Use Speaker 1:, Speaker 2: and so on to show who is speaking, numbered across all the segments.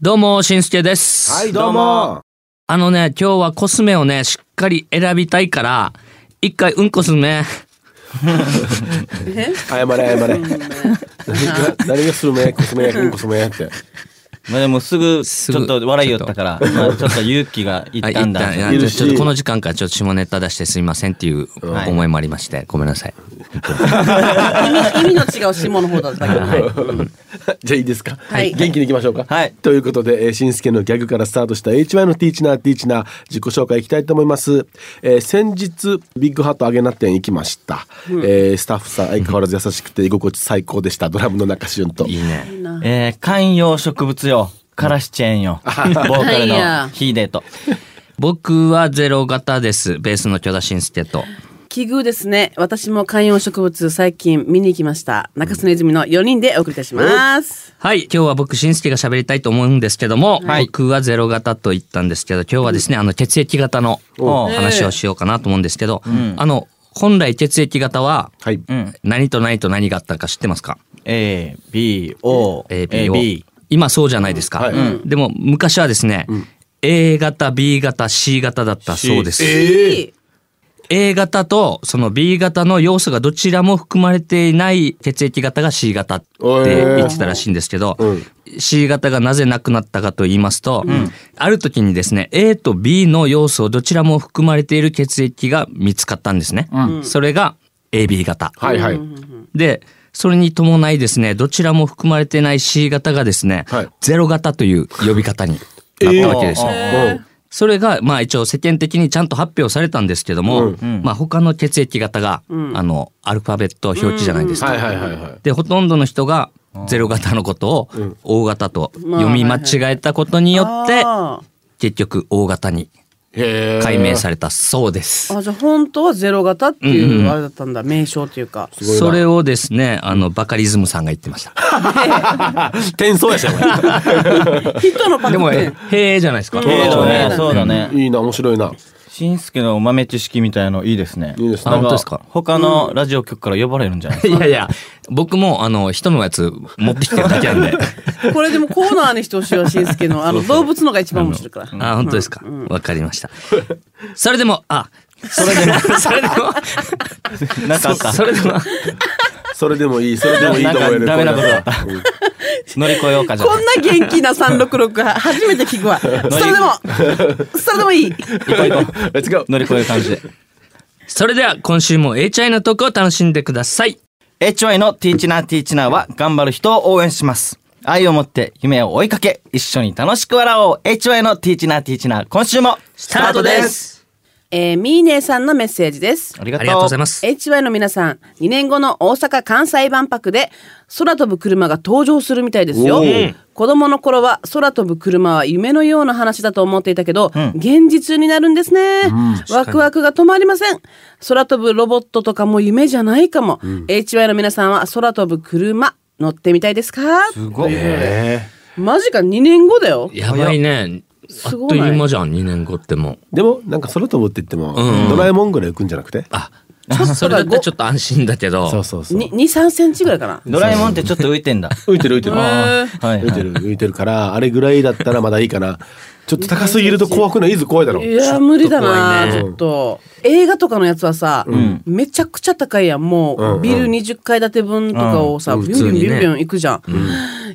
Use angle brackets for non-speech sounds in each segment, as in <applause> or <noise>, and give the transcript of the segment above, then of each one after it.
Speaker 1: どうも、しんすけです。
Speaker 2: はい、どうも。
Speaker 1: あのね、今日はコスメをね、しっかり選びたいから、一回うんこするね。
Speaker 2: 謝れ、謝れ。誰がするめ、コスメ役にコスメ役って。
Speaker 3: まあでもすぐ
Speaker 1: す
Speaker 3: ち
Speaker 1: ぐ
Speaker 3: ょっと笑いよったから、まあちょっと勇気がいったんだ。
Speaker 1: はい一旦い
Speaker 2: い
Speaker 1: や
Speaker 2: る
Speaker 1: ち
Speaker 2: し
Speaker 1: ょっとこの時間からちょっと下ネタ出してすいませんっていう
Speaker 3: はい
Speaker 1: 思いもありまして、ごめんなさい。
Speaker 4: 意味の違う下の方だったけど、
Speaker 2: <laughs> じゃあいいですか。
Speaker 4: はい
Speaker 2: 元気にいきましょうか。
Speaker 3: はい
Speaker 2: ということで、えー、しんすけのギャグからスタートした HY のティーチナーティーチナー自己紹介いきたいと思います。えー先日、ビッグハートアゲナ店行きました。えースタッフさん相変わらず優しくて居心地最高でした。ドラムの中旬と。
Speaker 1: いいね。
Speaker 3: えー、観葉植物よ。からしチェーンよ。ボーカル
Speaker 4: いや
Speaker 3: のヒーデーと。
Speaker 1: 僕はゼロ型です。ベースの巨田しんすけと。
Speaker 4: 奇遇ですね私も観葉植物最近見に行きました中洲の泉の4人でお送りいたします
Speaker 1: はい、今日は僕、しんすけが喋りたいと思うんですけども、
Speaker 3: はい
Speaker 1: 僕はゼロ型と言ったんですけど、今日はですね、あの、血液型の
Speaker 3: おう
Speaker 1: 話をしようかなと思うんですけど、あの、本来血液型は、
Speaker 2: はい。
Speaker 3: うん。
Speaker 1: 何と何と何があったか知ってますか
Speaker 3: A, B, O,
Speaker 1: ?A、B
Speaker 3: A,
Speaker 1: を
Speaker 3: B。。
Speaker 1: 今そうじゃないですか。
Speaker 2: はい
Speaker 1: でも、昔はですね、A 型、B 型、C 型だったそうです。
Speaker 4: え
Speaker 1: A 型とその B 型の要素がどちらも含まれていない血液型が C 型って言ってたらしいんですけど、C 型がなぜなくなったかと言いますと、ある時にですね A と B の要素どちらも含まれている血液が見つかったんですね。それが AB 型。
Speaker 2: はいはい。
Speaker 1: でそれに伴いですねどちらも含まれてない C 型がですね、
Speaker 2: はい
Speaker 1: ゼロ型という呼び方になったわけですよ。それがまあ一応世間的にちゃんと発表されたんですけども、まあ他の血液型が、あのアルファベット表記じゃないですか。
Speaker 2: はいはいはいはい。
Speaker 1: でほとんどの人がゼロ型のことを O 型と読み間違えたことによって
Speaker 4: あ
Speaker 1: 結局 O 型に
Speaker 2: へー
Speaker 1: 解明されたそうです。
Speaker 4: あじゃあ本当はゼロ型っていうあれだったんだ、名称っていうか
Speaker 2: ごいな
Speaker 1: それをですねあのバカリズムさんが言ってました。
Speaker 2: <laughs> 転送やし
Speaker 1: <laughs>
Speaker 2: なこ
Speaker 4: 人のパク
Speaker 1: で
Speaker 4: <laughs>
Speaker 1: も
Speaker 4: って
Speaker 1: へえじゃないですか。
Speaker 3: ええ
Speaker 2: そうだね
Speaker 3: ね、そうだね。
Speaker 2: れ。いいな、面白いな。
Speaker 3: しんすけの豆知識みたいのいいですね。
Speaker 2: いいですね
Speaker 3: なん
Speaker 1: 本当ですか
Speaker 3: 他のラジオ局から呼ばれるんじゃない
Speaker 1: いやいや、僕もあの人のやつ持ってきてるだけなんで。
Speaker 4: これでもコーナーにしてほしいわしんすけのあの動物のが一番面白いから
Speaker 1: あ、本当ですか。わ、かりました。それでも、あ、それでも、それでも、
Speaker 3: なんかあった。
Speaker 1: それでも、
Speaker 2: それでもいい、それでもいいと思える。
Speaker 3: なんかダメなことだった
Speaker 2: うん
Speaker 3: 乗り越えようかじゃ
Speaker 4: こんな元気な366は初めて聞く <laughs> わそれでもそれでもいい
Speaker 3: あ。
Speaker 2: Let's go
Speaker 3: 乗り越える感じで。
Speaker 1: それでは今週も HI のトークを楽しんでください。
Speaker 3: HY のティーチナーティーチナーは頑張る人を応援します。愛を持って夢を追いかけ、一緒に楽しく笑おう。HY のティーチナーティーチナー、今週もス
Speaker 1: スタートです。
Speaker 4: えー、ミーネーさんのメッセージです
Speaker 3: あり
Speaker 1: あ
Speaker 3: が
Speaker 1: りがとう
Speaker 3: と
Speaker 1: ご
Speaker 3: う
Speaker 1: ざいます。
Speaker 4: HY の皆さん2年後の大阪・関西万博で空飛ぶ車が登場するみたいですよ
Speaker 2: おー
Speaker 4: 子供の頃は空飛ぶ車は夢のような話だと思っていたけど、現実になるんですね、ワクワクが止まりません空飛ぶロボットとかも夢じゃないかも、HY の皆さんは空飛ぶ車乗ってみたいですか
Speaker 3: すごい。
Speaker 4: マジか2年後だよ
Speaker 1: やばいね。あっ
Speaker 4: すご
Speaker 1: と
Speaker 4: な
Speaker 1: い
Speaker 4: い
Speaker 1: う間じゃん、2年後ってもう。
Speaker 2: でもなんか空飛ぶって言っても、ドラえもんぐらい浮くんじゃなくて
Speaker 1: あ、
Speaker 4: ょっとだ
Speaker 1: それだってちょっと安心だけど。
Speaker 2: そうそうそう
Speaker 4: 23センチぐらいかな
Speaker 3: ドラえもんってちょっと浮いてんだ。
Speaker 2: 浮いてる浮いてる浮
Speaker 3: あーはい
Speaker 2: いてる浮いてるからあれぐらいだったらまだいいかなちょっと高すぎると怖くないいず怖いだろ
Speaker 4: いや無理だな
Speaker 1: ち
Speaker 4: ちょっと映画とかのやつはさ、めちゃくちゃ高いやんもう、ビル20階建て分とかをさ、ビュンビュ
Speaker 1: 普
Speaker 4: ン
Speaker 1: 通にね
Speaker 4: ビュンビュン行くじゃん、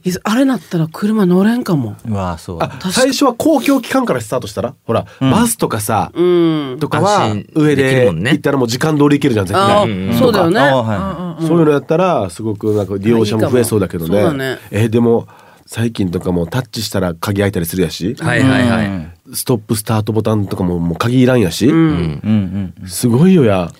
Speaker 4: いやあれなったら車乗れんかも
Speaker 3: うわぁ、そう。
Speaker 2: あ最初は公共機関からスタートしたらほら、バスとかさ、
Speaker 4: うん
Speaker 2: とかは
Speaker 1: 安心でき
Speaker 2: 上
Speaker 1: る
Speaker 2: で
Speaker 1: もんね
Speaker 2: 行ったらもう時間通り行けるじゃん絶
Speaker 4: あ
Speaker 2: 対、
Speaker 4: あ、そうだよね
Speaker 3: あは
Speaker 2: そういうのやったらすごくなんか利用者も増えそうだけどね
Speaker 4: いいかもそうだね
Speaker 2: えーでも最近とかもタッチしたら鍵開いたりするやし、
Speaker 1: はいはいはい。
Speaker 2: ストップスタートボタンとかももう鍵いらんやし、
Speaker 3: い。うん
Speaker 2: すごいよや。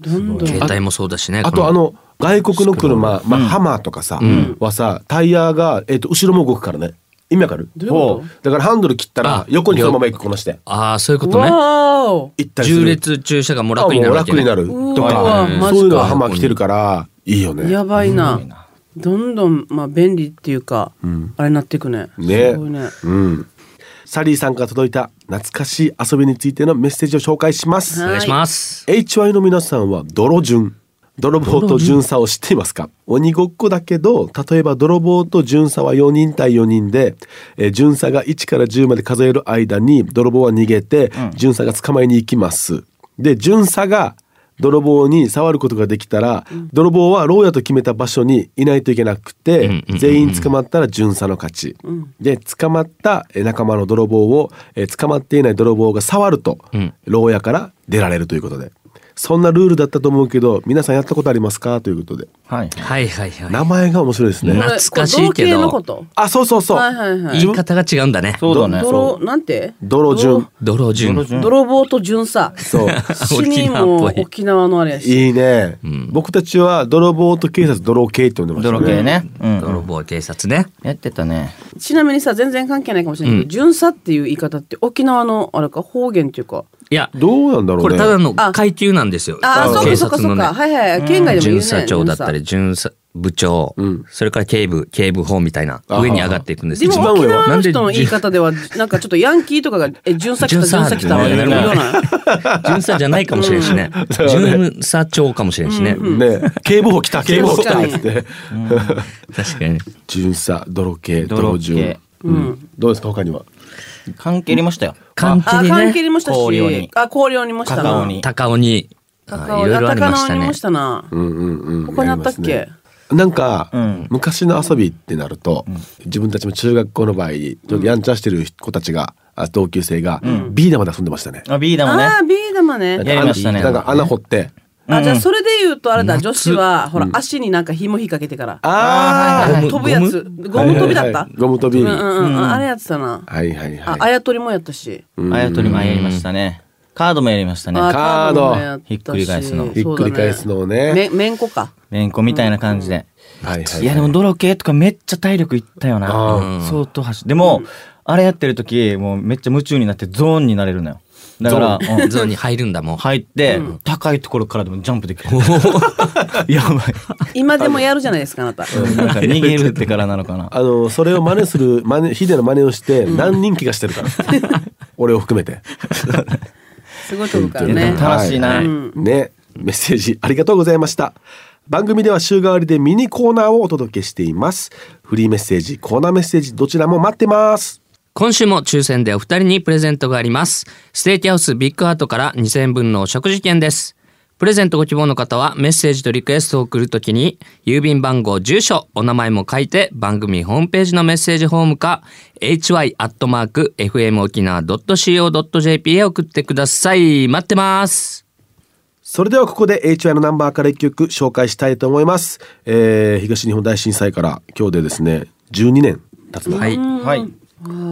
Speaker 4: どんどん
Speaker 1: 携帯もそうだしね。
Speaker 2: あ
Speaker 1: こと
Speaker 2: あの外国の車、まあ、ハマーとかさ、はさタイヤが、えっと後ろも動くからね意味わかる
Speaker 4: どういうこと
Speaker 2: ほだからハンドル切った
Speaker 1: あ
Speaker 2: ら横にそのまま行くこのして
Speaker 1: ああ、そういうことね。
Speaker 4: わーお
Speaker 2: 行ったりする
Speaker 1: 重列駐車がもう
Speaker 2: あ
Speaker 1: 楽に
Speaker 2: も
Speaker 1: な
Speaker 2: う
Speaker 1: るわけ
Speaker 2: 楽
Speaker 1: ね
Speaker 2: になる
Speaker 4: う
Speaker 2: と
Speaker 4: わ
Speaker 2: か
Speaker 4: マジか
Speaker 2: そういうのはハマー来てるからいいよね
Speaker 4: やばいなどんどんまあ便利っていうか、あれになっていくね
Speaker 2: ね
Speaker 4: すごいね
Speaker 2: うんサリーさんから届いた懐かしい遊びについてのメッセージを紹介します
Speaker 1: お願いします。
Speaker 2: HY の皆さんは泥順泥棒と巡査を知っていますか鬼ごっこだけど例えば泥棒と巡査は4人対4人で、えー巡査が1から10まで数える間に泥棒は逃げて、巡査が捕まえに行きますで巡査が泥棒に触ることができたら、泥棒は牢屋と決めた場所にいないといけなくて、全員捕まったら巡査の勝ち、で捕まったえー仲間の泥棒をえー捕まっていない泥棒が触ると、牢屋から出られるということでそんなルールだったと思うけど皆さんやったことありますかということで
Speaker 3: はい。
Speaker 1: はいはいはい。
Speaker 2: 名前が面白いですね、
Speaker 1: な懐かしいけど
Speaker 4: これ同型のこと。
Speaker 2: あそうそうそう、
Speaker 4: はいはいはい。
Speaker 1: 言い方が違うんだね。
Speaker 3: そうだね。
Speaker 4: 泥なんて？
Speaker 2: 泥順
Speaker 1: 泥順。
Speaker 4: 泥泥棒と巡査。
Speaker 2: そう
Speaker 4: 死にも
Speaker 1: 縄っぽい
Speaker 4: 沖縄のあれやし。
Speaker 2: いいね、僕たちは泥棒と警察泥系って呼んでましたね
Speaker 3: 泥系ね。うん。
Speaker 1: 泥棒警察ね。
Speaker 3: やってたね。
Speaker 4: ちなみにさ全然関係ないかもしれないけど、巡査っていう言い方って沖縄のあれか方言っていうか。
Speaker 1: いや、
Speaker 2: どうなんだろうね
Speaker 1: これただの階級なんですよ。
Speaker 4: ああ、そう
Speaker 1: 警
Speaker 4: かそうか
Speaker 1: 察
Speaker 4: そ
Speaker 1: の
Speaker 4: う
Speaker 1: ね
Speaker 4: か。。はいはい。県外でも言うね。
Speaker 1: 巡査長だったり、巡査部長、それから警部、警部補みたいな、上に上がっていくんです
Speaker 4: で
Speaker 1: けど
Speaker 4: も沖縄の人の言
Speaker 1: 巡
Speaker 4: い方ではなんかちょっとヤンキーとかが「え巡査来た巡
Speaker 1: 巡査
Speaker 4: 査来た」みたいな言わない
Speaker 1: 巡査じゃないかもしれんしね。巡査長かもしれんしね。
Speaker 2: ね警部補来た警部補来たっ
Speaker 4: 確
Speaker 2: つ
Speaker 4: か
Speaker 2: っ
Speaker 4: に
Speaker 2: て
Speaker 1: 確かに。
Speaker 2: 巡査泥系
Speaker 3: 泥
Speaker 2: 泥
Speaker 3: 系
Speaker 2: 順うんどうですか他には
Speaker 3: 関係ありましたよ。
Speaker 1: 関
Speaker 4: あ
Speaker 1: 係
Speaker 4: 関係
Speaker 1: ね。
Speaker 4: りました
Speaker 3: 高陵に
Speaker 4: しあ高陵にもしたな
Speaker 3: 高尾に
Speaker 1: 高尾に、
Speaker 4: 高
Speaker 1: あい
Speaker 4: 尾
Speaker 1: ろいろありま
Speaker 4: 高
Speaker 1: し
Speaker 4: 尾
Speaker 1: た
Speaker 4: に
Speaker 1: ね
Speaker 4: も。したな
Speaker 2: うんうんうん
Speaker 4: 他にあったっ
Speaker 2: や
Speaker 4: け
Speaker 2: りますねなんか
Speaker 3: ん
Speaker 2: 昔の遊びってなると自分たちも中学校の場合ちょっとやんちゃしてる子たちがあ同級生がビー玉で遊んでましたね
Speaker 3: あ、ビーダもね。
Speaker 4: ああビー玉ね
Speaker 3: やりましたね
Speaker 2: なんか穴掘って
Speaker 4: あじゃあそれで言うとあれだ女子はほら足になんか紐引っ掛けてから
Speaker 2: あ
Speaker 1: ーはいはい
Speaker 4: 飛ぶやつゴム飛びだった
Speaker 2: ゴム飛び
Speaker 4: うんう
Speaker 2: は
Speaker 4: んうんああれやってたない
Speaker 2: はい
Speaker 4: あ
Speaker 2: は
Speaker 4: あ
Speaker 2: い
Speaker 4: やとりもやったし
Speaker 3: あやとりもやりましたね。カードもやりましたね。
Speaker 4: あ
Speaker 2: カード
Speaker 4: カもやたし
Speaker 3: ひっくり返すの
Speaker 2: ひっくり返すのをね
Speaker 4: めめんこか
Speaker 3: めんこみたいな感じで。
Speaker 2: はいはい
Speaker 3: やでも泥系とかめっちゃ体力いったよな。相当走でも、あれやってる時、もうめっちゃ夢中になってゾーンになれるのよ。だから、うん
Speaker 1: ゾーンに入るんだもん。
Speaker 3: 入って、高いところからでもジャンプできる。 <laughs> やばい。
Speaker 4: 今でもやるじゃないですかあなた
Speaker 3: なんか逃げるってからなのかな。
Speaker 2: あのそれを真似する真似ヒデの真似をして何人気がして
Speaker 4: <laughs>
Speaker 2: るから俺を含めて
Speaker 4: すごい飛ぶから
Speaker 3: いや
Speaker 4: ね
Speaker 3: でも楽しいな
Speaker 2: はねメッセージありがとうございました番組では週替わりでミニコーナーをお届けしていますフリーメッセージコーナーメッセージどちらも待ってます
Speaker 1: 今週も抽選でお二人にプレゼントがあります。ステーキハウスビッグハートから2000円分のお食事券です。プレゼントご希望の方はメッセージとリクエストを送るときに、郵便番号、住所、お名前も書いて、番組ホームページのメッセージフォームか、hy.fmokina.co.jp へ送ってください。待ってます。
Speaker 2: それではここで HY のナンバーから一曲紹介したいと思います、えー東日本大震災から今日でですね12年経つの、
Speaker 1: はい。
Speaker 3: はい。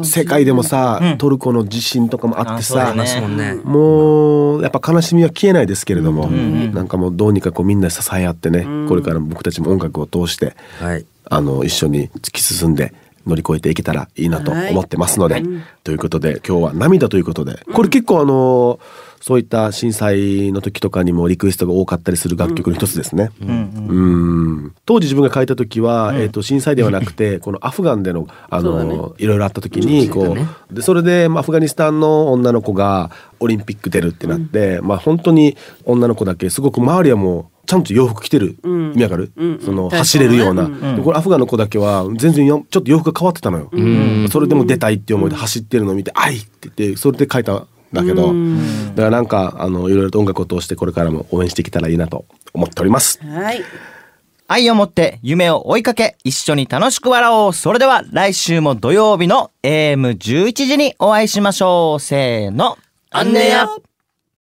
Speaker 2: 世界でもさ、トルコの地震とかもあってさ
Speaker 3: あそうだね
Speaker 1: もんね。
Speaker 2: もうやっぱ悲しみは消えないですけれども、なんかもうどうにかこうみんなで支え合ってね、これからも僕たちも音楽を通して
Speaker 1: はい。
Speaker 2: あの一緒に突き進んで乗り越えていけたらいいなと
Speaker 4: はい
Speaker 2: 思ってますので、ということで今日は涙ということでこれ結構あのそういった震災の時とかにもリクエストが多かったりする楽曲の一つですね。うん当時自分が書いた時は、えー、と震災ではなく <laughs> てこのアフガンでのあ
Speaker 4: そうだ
Speaker 2: の、いろいろあった時にこう、
Speaker 1: ね
Speaker 2: でそれで、まあ、アフガニスタンの女の子がオリンピック出るってなって、まあ本当に女の子だけすごく周りはもうちゃんと洋服着てる、意味わかる、その走れるような、でこれアフガンの子だけは全然よちょっと洋服が変わってたのよ、それでも出たいって思いで走ってるのを見て「あい!」って言ってそれで書いたんだけど、だからなんかあのいろいろと音楽を通してこれからも応援していけたらいいなと思っております。
Speaker 4: はい
Speaker 3: 愛を持って夢を追いかけ、一緒に楽しく笑おう。それでは来週も土曜日の AM11 時にお会いしましょう。せーの。
Speaker 1: あんねや